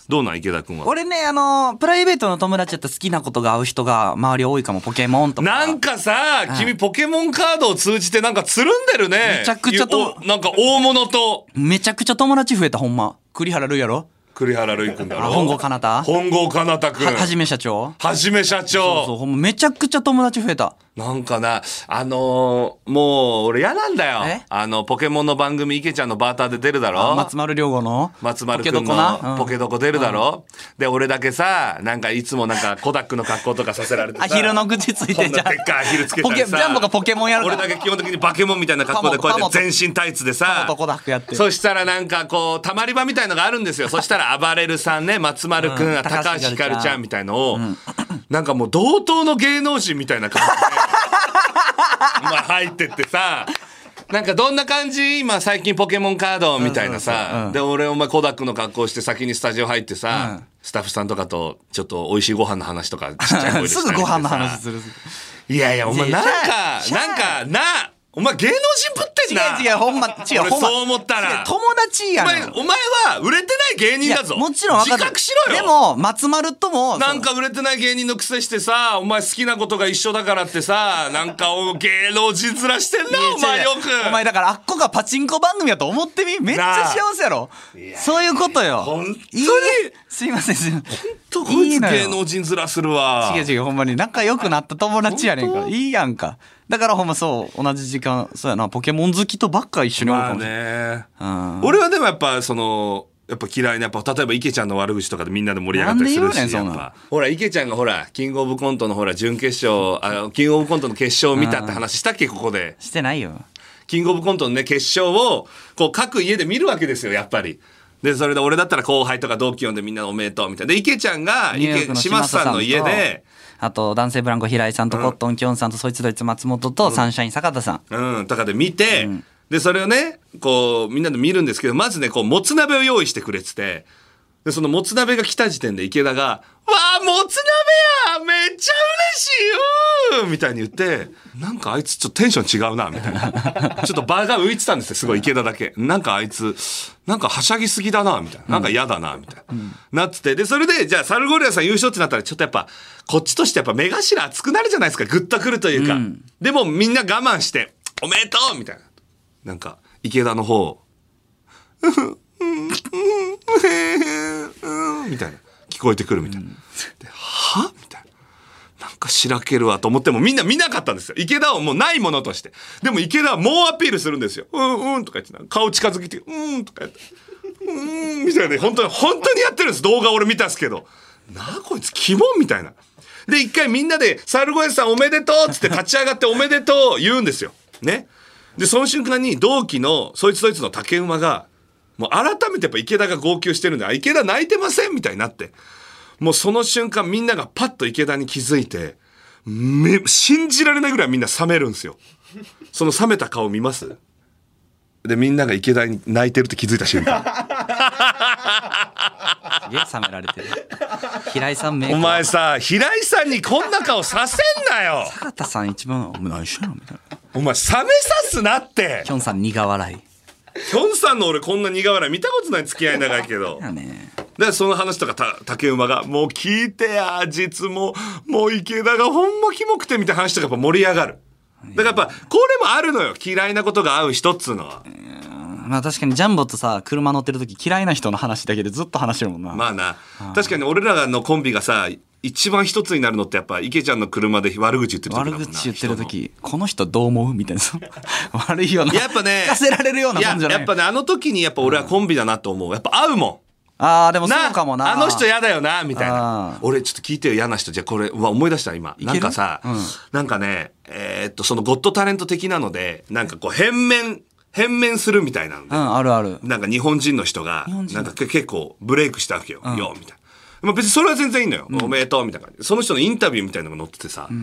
S2: どうなん池田君は
S3: 俺ね、あのープライベートの友達だったら好きなことが合う人が周り多いかも、ポケモンとか。
S2: なんかさ、君ポケモンカードを通じてなんかつるんでるね
S3: めちゃくちゃと
S2: おなんか大物と
S3: めちゃくちゃ友達増えた、ほんま。栗原るやろ
S2: 栗原るい君だろ
S3: あ本郷奏多
S2: 本郷奏多君
S3: は、はじめ社長
S2: はじめ社長
S3: そう、ほんま、めちゃくちゃ友達増えた。
S2: なんかな、あのーもう、俺嫌なんだよ
S3: え。
S2: あの、ポケモンの番組、池ちゃんのバーターで出るだろ
S3: あ松丸亮吾の
S2: 松丸
S3: ポケ
S2: 君
S3: ドコな
S2: の
S3: うん
S2: ポケドコ出るだろ、で、俺だけさ、なんかいつもなんかコダックの格好とかさせられてさ。
S3: アヒルの口ついてんじゃん
S2: こなでっかいアヒルつけたりさ
S3: ポケジャンボがポケモンやるか
S2: 俺
S3: ら
S2: だけ基本的にバケモンみたいな格好でこうやって全身タイツでさ。
S3: パモとコダックやって
S2: そしたらなんかこう、たまり場みたいのがあるんです よ。そしたら暴れるさんね、松丸君、
S3: うん
S2: 高橋ひかるちゃんみたいのを、
S3: ん
S2: なんかもう同等の芸能人みたいな感じで。まあ入ってってさ。なんかどんな感じ今最近ポケモンカードみたいなさ。で、俺お前コダックの格好して先にスタジオ入ってさ、スタッフさんとかとちょっと美味しいご飯の話とかちっちゃい声でしたりしてさ
S3: すぐご飯の話する。
S2: いやいや、お前
S3: いや
S2: なんか
S3: し、ゃあ
S2: なんか、な、お前芸能人ぶってんな。
S3: 違う違う、ほんま、違う、
S2: 俺
S3: ほんま。
S2: そう思ったら
S3: 違う友達や
S2: お前
S3: ねん。、
S2: お前は売れてない芸人だぞ。
S3: いやもちろん分か
S2: 自
S3: る
S2: 覚しろよ。
S3: で、も、松丸とも、
S2: なんか売れてない芸人のくせしてさ、お前好きなことが一緒だからってさ、なんかお芸能人面してんな、お
S3: い
S2: 前
S3: や
S2: よ
S3: 違う
S2: く。
S3: お前だからあっこがパチンコ番組やと思ってみめっちゃ幸せやろそういうことよ
S2: ほんとに
S3: いいすいませんすいません
S2: とこい
S3: い
S2: つ
S3: いのよ
S2: 芸能人面するわ。
S3: 違う違うほんまに仲良くなった友達やねんからいいやんかだからほんまそう同じ時間そうやなポケモン好きとばっか一緒におる
S2: ま
S3: か
S2: あ
S3: もしれない、
S2: ね。
S3: うん
S2: 俺はでもやっぱそのやっぱ嫌いなやっぱ例えば池ちゃんの悪口とかでみんなで盛り上がったりするし
S3: なんで言うね
S2: やっ
S3: んそんなん
S2: ぱほら池ちゃんがほらキングオブコントのほら準決勝あのキングオブコントの決勝を見たって話したっけここで
S3: してないよ
S2: キングオブコントのね決勝をこう各家で見るわけですよやっぱり。でそれで俺だったら後輩とか同期呼んでみんなおめでとうみたいなで池ちゃんが
S3: ニューヨ
S2: 池
S3: ークの
S2: 島
S3: 島
S2: 津
S3: 津
S2: さ
S3: さ
S2: ん
S3: ん
S2: の
S3: と
S2: 家で。
S3: あと男性ブランコ平井さんとコットンきょんさんとそいつどいつ松本とサンシャイン坂田さん、
S2: うん、とかで見て、で、それをね、こう、みんなで見るんですけど、まずね、こう、もつ鍋を用意してくれてて、で、そのもつ鍋が来た時点で池田が、わあ、もつ鍋やめっちゃ嬉しいよみたいに言って、なんかあいつちょっとテンション違うな、みたいな。 ちょっと場が浮いてたんですよ、すごい池田だけ。なんかあいつ、なんかはしゃぎすぎだな、みたいな。なんか嫌だな、みたいな。なってて、で、それで、じゃあ、サルゴリラさん優勝ってなったら、ちょっとやっぱ、こっちとしてやっぱ目頭熱くなるじゃないですか、グッとくるというか。でもみんな我慢して、おめでとうみたいな。なんか、池田の方、みたいな。聞こえてくるみたいな。で、はみたいな。なんかしらけるわと思ってもみんな見なかったんですよ。池田をもうないものとして。でも池田は猛アピールするんですよ。うんうんとか言ってな顔近づけて、うんとかやって。うんみたいな。本当に、本当にやってるんです。動画俺見たっすけど。なあこいつ、キモンみたいな。で、一回みんなで、サルゴエさんおめでとうっつって立ち上がっておめでとう言うんですよ。ね。で、その瞬間に同期の、そいつそいつの竹馬が、もう改めてやっぱ池田が号泣してるんで、あ、池田泣いてませんみたいになって。もうその瞬間みんながパッと池田に気づいて、め、信じられないぐらいみんな冷めるんですよ。その冷めた顔見ますで、みんなが池田に泣いてるって気づいた瞬間。
S3: すげえ冷められてる平井さん名
S2: お
S3: お
S2: 前さ、平井さんにこんな顔させんな よ
S3: 坂田さん一番「お前何してんの?」みたいな
S2: お前、冷めさすなって
S3: きょんさん苦笑い
S2: きょんさんの俺こんな苦笑い見たことない付き合い長いけど。
S3: だね
S2: で、その話とかた竹馬が、もう聞いてや、実も、もう池田がほんまキモくてみたいな話とかやっぱ盛り上がる。だからやっぱ、これもあるのよ。嫌いなことが合う人っつうのは。
S3: まあ確かにジャンボとさ車乗ってる時嫌いな人の話だけでずっと話してるもんな、
S2: まあな。確かに俺らのコンビがさ、一番一つになるのってやっぱ、池ちゃんの車で悪口言ってる時だも
S3: 悪
S2: んな。
S3: 口言ってる
S2: 人の
S3: 時この人どう思うみたいなその 悪いような
S2: やっぱね。
S3: 聞かせられるようなもんじゃない
S2: ややっぱね、あの時にやっぱ俺はコンビだなと思う。やっぱ合うも
S3: ああで
S2: ん。
S3: もそうかもな
S2: あの人嫌だよな、みたい
S3: あ
S2: な
S3: ー。
S2: 俺ちょっと聞いてよ、嫌な人。じゃあこれ、うわ、思い出した、今。
S3: け
S2: な
S3: る
S2: んかさ、
S3: うん
S2: なんかね、えーっと、そのゴッドタレント的なので、なんかこう、変面、変面するみたいなので
S3: う。んあるある
S2: なんか日本人の人が、
S3: 本人
S2: なんかけ結構ブレイクしたわけよ。よ、みたいな。まあ別にそれは全然いいのよ。おめでとう、みたいな感じで。その人のインタビューみたいなのが載っててさ。で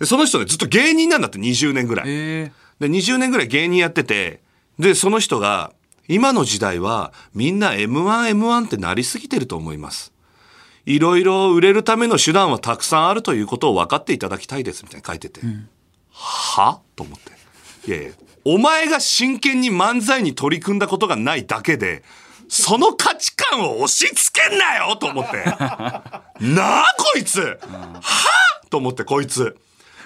S2: でその人ねずっと芸人なんだって20年ぐらい、
S4: え
S2: で20年ぐらい芸人やっててでその人が今の時代はみんな M1M1 ってなりすぎてると思いますいろいろ売れるための手段はたくさんあるということを分かっていただきたいですみたいに書いてて、はと思っていやいやお前が真剣に漫才に取り組んだことがないだけでその価値観を押し付けんなよと思ってなあこいつ、はと思ってこいつ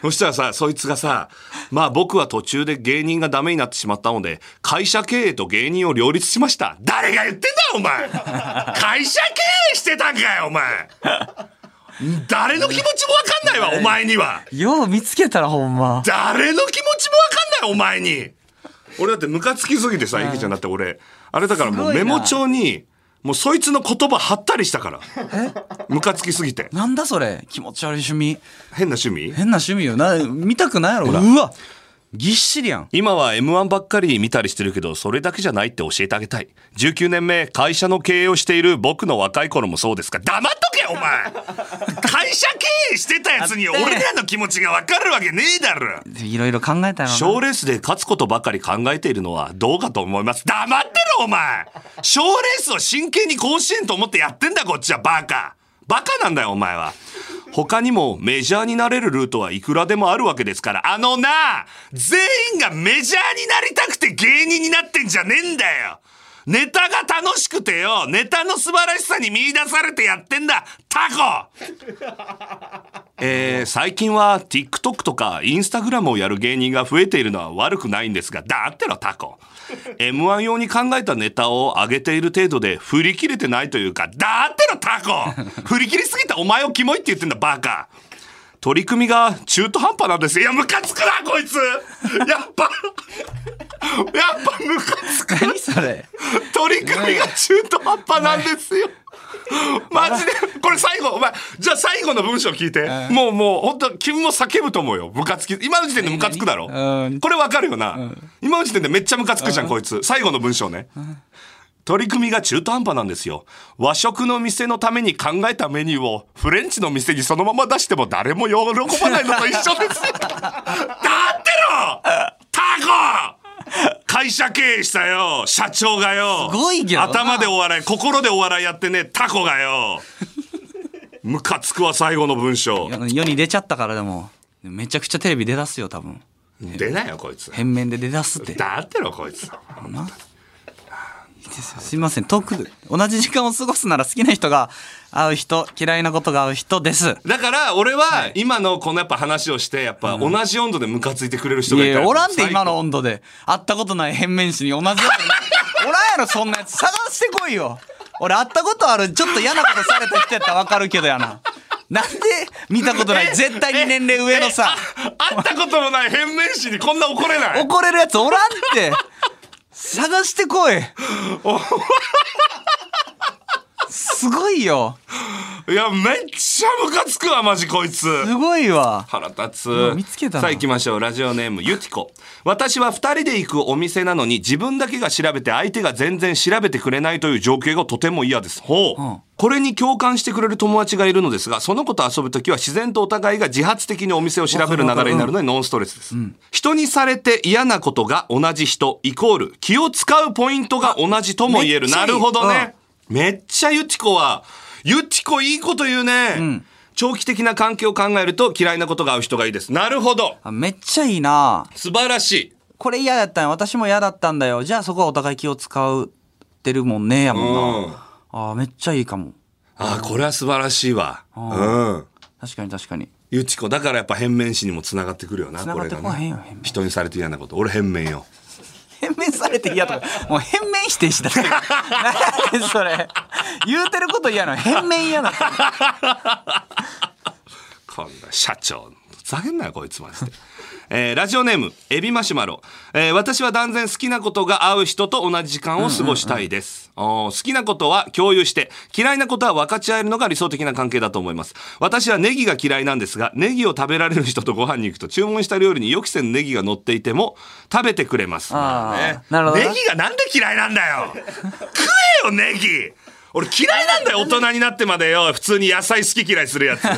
S2: そしたらさそいつがさまあ僕は途中で芸人がダメになってしまったので会社経営と芸人を両立しました誰が言ってんだお前会社経営してたんかよお前誰の気持ちも分かんないわお前には
S4: よう見つけたらほんま
S2: 誰の気持ちもわかんないお前に俺だってムカつきすぎてさ、いきちゃんだって俺あれだからもう
S4: すごい
S2: メ
S4: な
S2: モ帳にもうそいつの言葉貼ったりしたからムカつきすぎて
S4: なんだそれ気持ち悪い趣味
S2: 変な趣味
S4: 変な趣味よな見たくないやろうわぎっしりやん
S2: 今は M1 ばっかり見たりしてるけど、それだけじゃないって教えてあげたい。19年目、会社の経営をしている僕の若い頃もそうですか。黙っとけお前会社経営してたやつに俺らの気持ちがわかるわけねえだろ
S4: いろいろ考えたよな
S2: 賞レースで勝つことばかり考えているのはどうかと思います黙ってろお前賞レースを真剣に甲子園と思ってやってんだこっちはバカバカなんだよお前は他にもメジャーになれるルートはいくらでもあるわけですからあのな全員がメジャーになりたくて芸人になってんじゃねえんだよネタが楽しくてよネタの素晴らしさに見出されてやってんだタコえー最近は TikTok とか Instagram をやる芸人が増えているのは悪くないんですが、だってろタコ。M1 用に考えたネタを上げている程度で振り切れてないというか、だってろタコ振り切りすぎたお前をキモいって言ってんだバカ取り組みが中途半端なんですよ。いや、ムカつくな、こいつやっぱ、やっぱムカつく。
S4: 何それ
S2: 取り組みが中途半端なんですよ。マジでこれ最後お前じゃあ最後の文章聞いて、もうもう本当君も叫ぶと思うよムカつき今の時点でムカつくだろ、
S4: うん
S2: これわかるよな、今の時点でめっちゃムカつくじゃん、こいつ最後の文章ね、取り組みが中途半端なんですよ和食の店のために考えたメニューをフレンチの店にそのまま出しても誰も喜ばないのと一緒 ですよだってろタコ会社経営したよ社長がよ
S4: すごいけどな
S2: 頭でお笑い心でお笑いやってねタコがよムカつくわ最後の文章
S4: 世に出ちゃったからでもめちゃくちゃテレビ出だすよ多分
S2: 出ないよこいつ
S4: 変面で出だすって
S2: だってろこいつ
S4: すいませんトーク同じ時間を過ごすなら好きな人が合う人嫌いなことが合う人です
S2: だから俺は今のこのやっぱ話をしてやっぱ同じ温度でムカついてくれる人
S4: い
S2: がいた
S4: や
S2: ら
S4: おらんで
S2: 最高
S4: 今の温度で会ったことない変面師に同じやつお らんやろそんなやつ探してこいよ俺会ったことあるちょっと嫌なことされた人やったらわかるけどやななんで見たことない絶対に年齢上のさ
S2: 会ったこともない変面師にこんな怒れない
S4: 怒れるやつおらんって探してこいすごいよ
S2: いやめっちゃムカつくわマジこいつ
S4: すごいわ
S2: 腹立
S4: う
S2: つ
S4: わ見つけたな
S2: さあ行きましょうラジオネームゆきこ私は2人で行くお店なのに自分だけが調べて相手が全然調べてくれないという情景がとても嫌ですほう、これに共感してくれる友達がいるのですがその子と遊ぶ時は自然とお互いが自発的にお店を調べる流れになるのでノンストレスです、人にされて嫌なことが同じ人イコール気を使うポイントが同じとも言える
S4: めっちゃ
S2: ない
S4: い
S2: るほどね、めっちゃゆちこは、ゆちこいいこと言うね。長期的な関係を考えると嫌いなことが合う人がいいです。なるほど。
S4: あめっちゃいいな
S2: 素晴らしい。
S4: これ嫌だったんや私も嫌だったんだよじゃあそこはお互い気を使うってるもんねやもんな、
S2: うん。あ
S4: あーめっちゃいいかも
S2: あ、これは素晴らしいわ。うん。
S4: 確かに確かに
S2: ゆちこ、だからやっぱ変面師にもつながってくるよな、
S4: 繋
S2: こ
S4: が
S2: れ
S4: って
S2: が
S4: こへんよ
S2: ね
S4: 変面。
S2: 人にされて嫌なこと。俺変面よ。
S4: 変面されて嫌とかもう変面否定 したってる何それ言うてること嫌なの変面嫌な の
S2: こんな社長ふざけんなよこいつまで で、えーラジオネームエビマシュマロ、えー私は断然好きなことが合う人と同じ時間を過ごしたいです、おー好きなことは共有して嫌いなことは分かち合えるのが理想的な関係だと思います私はネギが嫌いなんですがネギを食べられる人とご飯に行くと注文した料理に予期せぬネギが乗っていても食べてくれます
S4: あー
S2: まあね
S4: なるほど
S2: ネギがなんで嫌いなんだよ食えよネギ俺嫌いなんだよ、大人になってまでよ。普通に野菜好き嫌いするやつ。口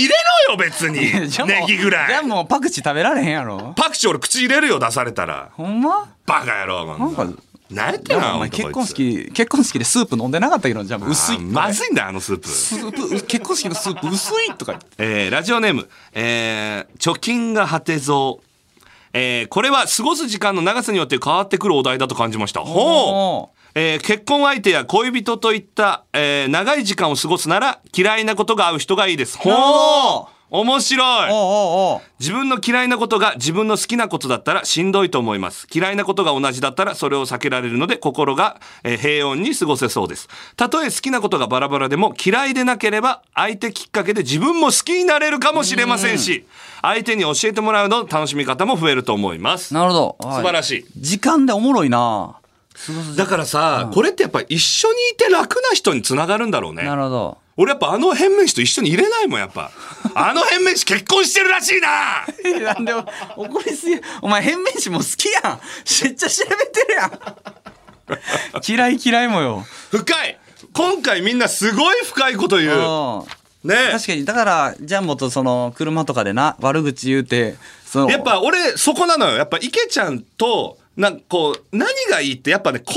S2: 入れろよ、別に。
S5: じゃあもう
S2: ネギぐら
S5: じゃあ
S2: い。
S5: もうパクチー食べられへんやろ
S2: パクチー俺口入れるよ、出されたら。
S5: ほんま
S2: バカ野郎、
S5: な
S2: なんん
S5: か
S2: か。何やってん
S5: でも
S2: の
S5: お前結婚。
S2: 本
S5: 式結婚式でスープ飲んでなかったけどじゃあもう
S2: 当こ
S5: 薄
S2: い
S5: い
S2: つあまずいんだよ、あのスープ。
S5: スープ結婚式のスープ薄いとか言って
S2: えーラジオネーム、えー貯金が果てぞえーこれは過ごす時間の長さによって変わってくるお題だと感じました。ほうえー結婚相手や恋人といった、えー長い時間を過ごすなら嫌いなことが合う人がいいです。ほう
S5: なるほど
S2: 面白い
S5: おうおうおう
S2: 自分の嫌いなことが自分の好きなことだったらしんどいと思います。嫌いなことが同じだったらそれを避けられるので心がえー平穏に過ごせそうです。たとえ好きなことがバラバラでも嫌いでなければ相手きっかけで自分も好きになれるかもしれませんし、相手に教えてもらうの楽しみ方も増えると思います。
S5: なるほど
S2: 素晴ら
S5: い
S2: しい。
S5: 時間でおもろいな
S2: だからさ、これってやっぱ一緒にいて楽な人につながるんだろうね。
S5: なるほど
S2: 俺やっぱあの変面師と一緒に入れないもんやっぱ。あの変面師結婚してるらしいな
S5: なんで怒りすぎお前変面師も好きやんめっちゃ調べてるやん 嫌い嫌いもよ
S2: 深い今回みんなすごい深いこと言う。
S5: う
S2: ね
S5: ん確かにだからジャンボとその車とかでな悪口言うてその
S2: やっぱ俺そこなのよ。やっぱ池ちゃんと、なんかこう、何がいいってやっぱね、根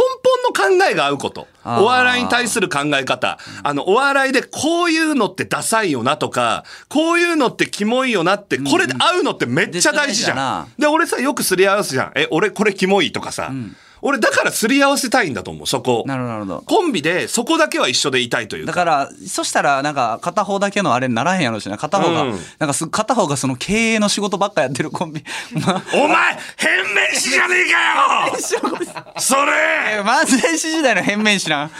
S2: 本の考えが合うこと。
S5: あー
S2: お笑いに対する考え方。あの、お笑いでこういうのってダサいよなとか、こういうのってキモいよなって、これで合うのってめっちゃ大事じ
S5: 絶対大事だ
S2: ゃ。
S5: なん
S2: で、俺さ、よくすり合わせじゃん。え、俺これキモいとかさ。俺だからすり合わせたいんだと思う、そこ。
S5: なるほどなるほど
S2: コンビでそこだけは一緒でいたいという
S5: だ
S2: か。
S5: からそしたらなんか片方だけのあれにならへんやろしな片方が、
S2: うん
S5: なんかす片方がその経営の仕事ばっかやってるコ ンビまあ
S2: お前、変面師じゃねえかよそれ
S5: 漫才師時代の変面師 なん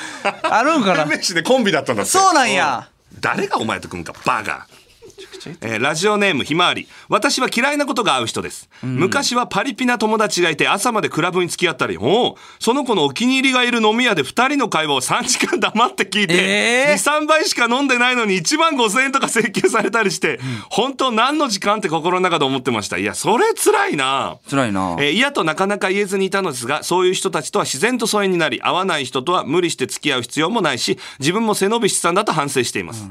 S5: あるんかな
S2: 変面師でコンビだったんだって
S5: そうなんや
S2: うん誰がお前と組むかバカえーラジオネームひまわり私は嫌いなことが合う人です、昔はパリピな友達がいて朝までクラブに付き合ったりおうその子のお気に入りがいる飲み屋で2人の会話を3時間黙って聞いて、
S5: えー
S2: 23倍しか飲んでないのに1万5,000円とか請求されたりして、本当何の時間って心の中で思ってましたいやそれ辛いな
S5: 辛いな、
S2: えー嫌となかなか言えずにいたのですが、そういう人たちとは自然と疎遠になり、会わない人とは無理して付き合う必要もないし、自分も背伸びしてたんだと反省しています。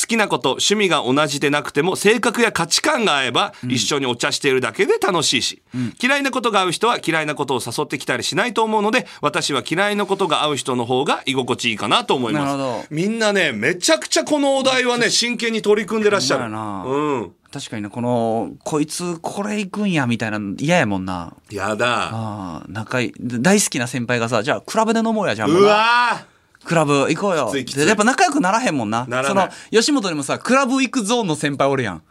S2: 好きなこと、趣味が同じでなくても、性格や価値観が合えば、一緒にお茶しているだけで楽しいし、嫌いなことが合う人は嫌いなことを誘ってきたりしないと思うので、私は嫌いなことが合う人の方が居心地いいかなと思います。
S5: なるほど
S2: みんなね、めちゃくちゃこのお題はね、真剣に取り組んでらっしゃ
S5: ほ
S2: る。
S5: んまやな
S2: うん。
S5: 確かにねこのこいつこれ行くんやみたいなの嫌やもんな
S2: やだ。
S5: あー仲いい大好きな先輩がさじゃあクラブで飲もうやじゃん
S2: うわー
S5: クラブ行こうよ
S2: きついきつい
S5: でやっぱ仲良くならへんもんな
S2: なら
S5: そ
S2: な
S5: の
S2: い
S5: 吉本にもさクラブ行くゾーンの先輩おるやん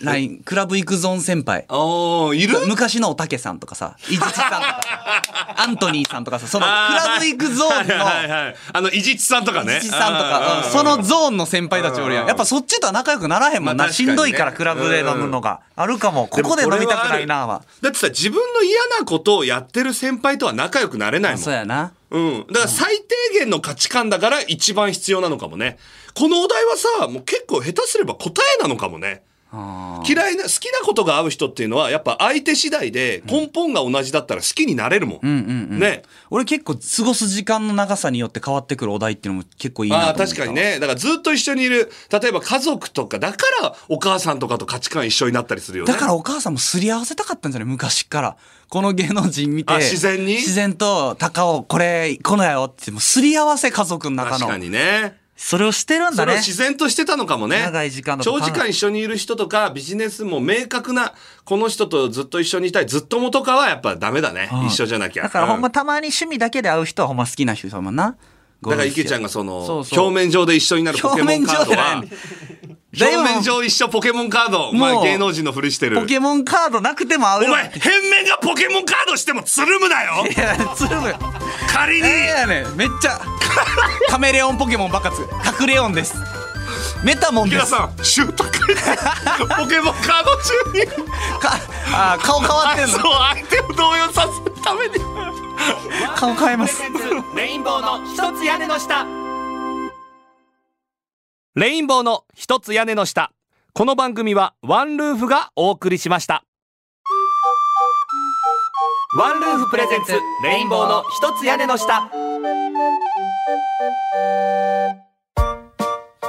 S5: LINE クラブ行くゾーン先輩
S2: おー、いる
S5: 昔のおたけさんとかさ伊地知さんとか アントニーさんとかさそのクラブ行くゾーン
S2: はい
S5: の
S2: はいはい、あの伊地知さんとかね
S5: 伊地知さんと
S2: あ
S5: か
S2: ー
S5: うんそのゾーンの先輩たちおるやんやっぱそっちとは仲良くならへんもん
S2: まあ
S5: な
S2: 確か
S5: し
S2: にね
S5: んどいからクラブで飲むのがあるかもここで飲みたくないなは
S2: だってさ自分の嫌なことをやってる先輩とは仲良くなれないもん
S5: そうやな
S2: うん、だから最低限の価値観だから一番必要なのかもねこのお題はさもう結構下手すれば答えなのかもね嫌いな好きなことが合う人っていうのはやっぱ相手次第で根本が同じだったら好きになれるもん,、ね
S5: 俺結構過ごす時間の長さによって変わってくるお題っていうのも結構いいな
S2: あ
S5: と思
S2: あ
S5: った
S2: 確かにねだからずっと一緒にいる例えば家族とかだからお母さんとかと価値観一緒になったりするよね
S5: だからお母さんもすり合わせたかったんじゃない昔から。この芸能人見て。
S2: あ自然に
S5: 自然と、高尾、これ、このやよって、もうすり合わせ家族の中の。
S2: 確かにね
S5: それをしてるんだ
S2: それを
S5: ね。
S2: 自然としてたのかもね。
S5: 長い時間だと
S2: 長
S5: 考え
S2: 時間一緒にいる人とか、ビジネスも明確な、この人とずっと一緒にいたい、ずっともとかはやっぱダメだね。一緒じゃなきゃ。
S6: だからほん
S2: う
S6: またまに趣味だけで会う人はほんま好
S5: 好
S6: き
S5: きな人様な。
S2: だから池ちゃんがその
S5: そうそう
S2: 表面上で一緒になるポケ
S5: 表
S2: モン
S5: 面
S2: カー
S5: 上
S2: ド
S5: で
S2: は
S5: ない。
S2: 表面上一緒ポケモンカードお前
S5: もう
S2: 芸能人のふりしてる
S5: ポケモンカードなくても会う
S2: お
S5: よ。
S2: 前変面がポケモンカードしてもつるむなよ
S5: いや、つるむよ。
S2: 仮に
S5: ええやねんめっちゃ、カメレオンポケモンばっかつく。隠れオンです。メタモンで
S2: 池田
S5: す。
S2: さんシュートクイズポケモンカード中に
S5: かあー顔変わってん
S2: そう
S5: の
S2: 相手を動揺させるために
S5: 顔変えます。
S2: レインボーの一つ屋根の下レインボーの一つ屋根の下この番組はワンルーフがお送りしましたワンルーフプレゼンツレインボーの一つ屋根の下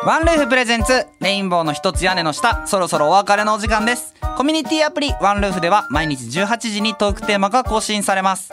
S5: ワンルーフプレゼンツレインボーの一つ屋根の下そろそろお別れのお時間ですコミュニティアプリワンルーフでは毎日18時にトークテーマが更新されます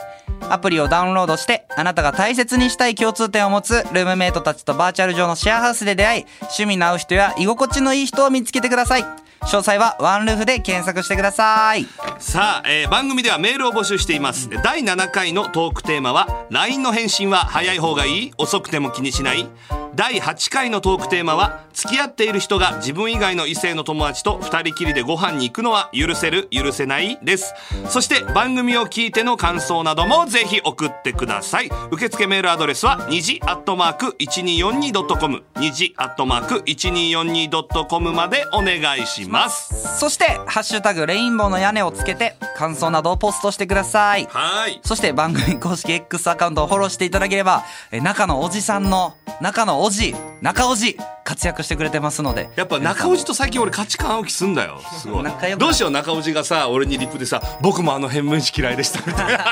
S5: アプリをダウンロードしてあなたが大切にしたい共通点を持つルームメイトたちとバーチャル上のシェアハウスで出会い趣味の合う人や居心地のいい人を見つけてください詳細はワンルーフで検索してください
S2: さあ、えー番組ではメールを募集しています第7回のトークテーマは LINE の返信は早い方がいい遅くても気にしない第8回のトークテーマは付き合っている人が自分以外の異性の友達と2人きりでご飯に行くのは許せる許せないですそして番組を聞いての感想などもぜひ送ってください受付メールアドレスは2時アットマーク 1242.com 2時アットマーク 1242.com までお願いします
S5: そして「ハッシュタグレインボーの屋根」をつけて感想などをポストしてください
S2: はい
S5: そして番組公式 X アカウントをフォローしていただければ、えー中のおじさんの、中のおじ、中おじ、活躍してくれてますので。
S2: やっぱ中尾路と最近俺価値観合う気すんだよすごい
S5: 仲良く
S2: どうしよう中尾路がさ俺にリップでさ「僕もあの変面師嫌いでした」みたいな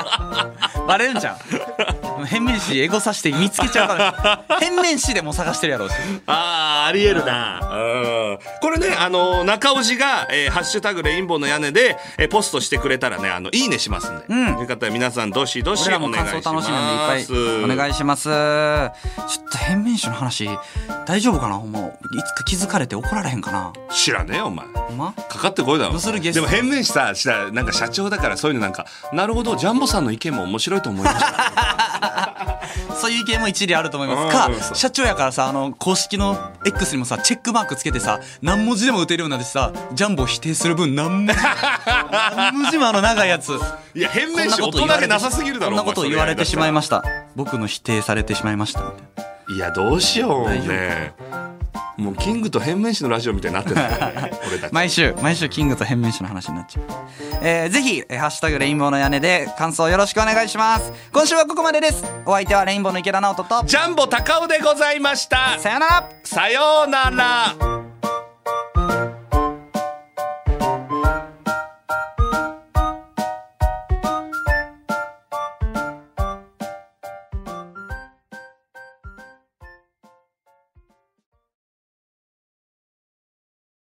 S4: バレるじゃん変面師エゴさして見つけちゃうから変面師でも探してるやろうし
S2: あーありえるなうんこれねあの中尾路が、えーハッシュタグレインボーの屋根」で、えーポストしてくれたらねあのいいねしますんで、
S5: ん
S2: よかったら皆さんどしどし
S5: 俺
S2: お
S5: ら
S2: 願
S5: も
S2: いします
S5: 感想楽しみなんでいっぱいお願いします。ちょっと変面師の話、大丈夫かなほんま。いつか気づかれて怒られへんかな
S2: 知らねえよお前
S5: ほんま
S2: かかってこいだろ
S5: どうするゲス
S2: で
S5: ト
S2: も変面師さしたなんか社長だからそういうのなんかなるほどジャンボさんの意見も面白いと思いました
S4: そういう意見も一理あると思いま
S2: うん
S4: すか社長やからさあの公式の X にもさチェックマークつけてさ何文字でも打てるようになってさジャンボ否定する分何文字何文字もあの長いやつ
S2: いや変
S4: こん
S2: 面
S4: な
S2: 師
S4: こ
S2: 大
S4: と言われ
S2: 人げ
S4: て
S2: な
S4: し
S2: さすぎるだ
S4: こ
S2: ろ
S4: んなこと言われてしまい
S2: い
S4: ました僕の否定されてしまいましたみたいない
S2: やどうしようねもうキングと変面師のラジオみたいになってるんだよ ね俺たち
S4: 毎週毎週キングと変面師の話になっちゃう
S5: えーぜひ、えーハッシュタグレインボーの屋根で感想よろしくお願いします。今週はここまでです。お相手はレインボーの池田直人と、
S2: ジャンボ高尾でございました
S5: さよなら
S2: さようなら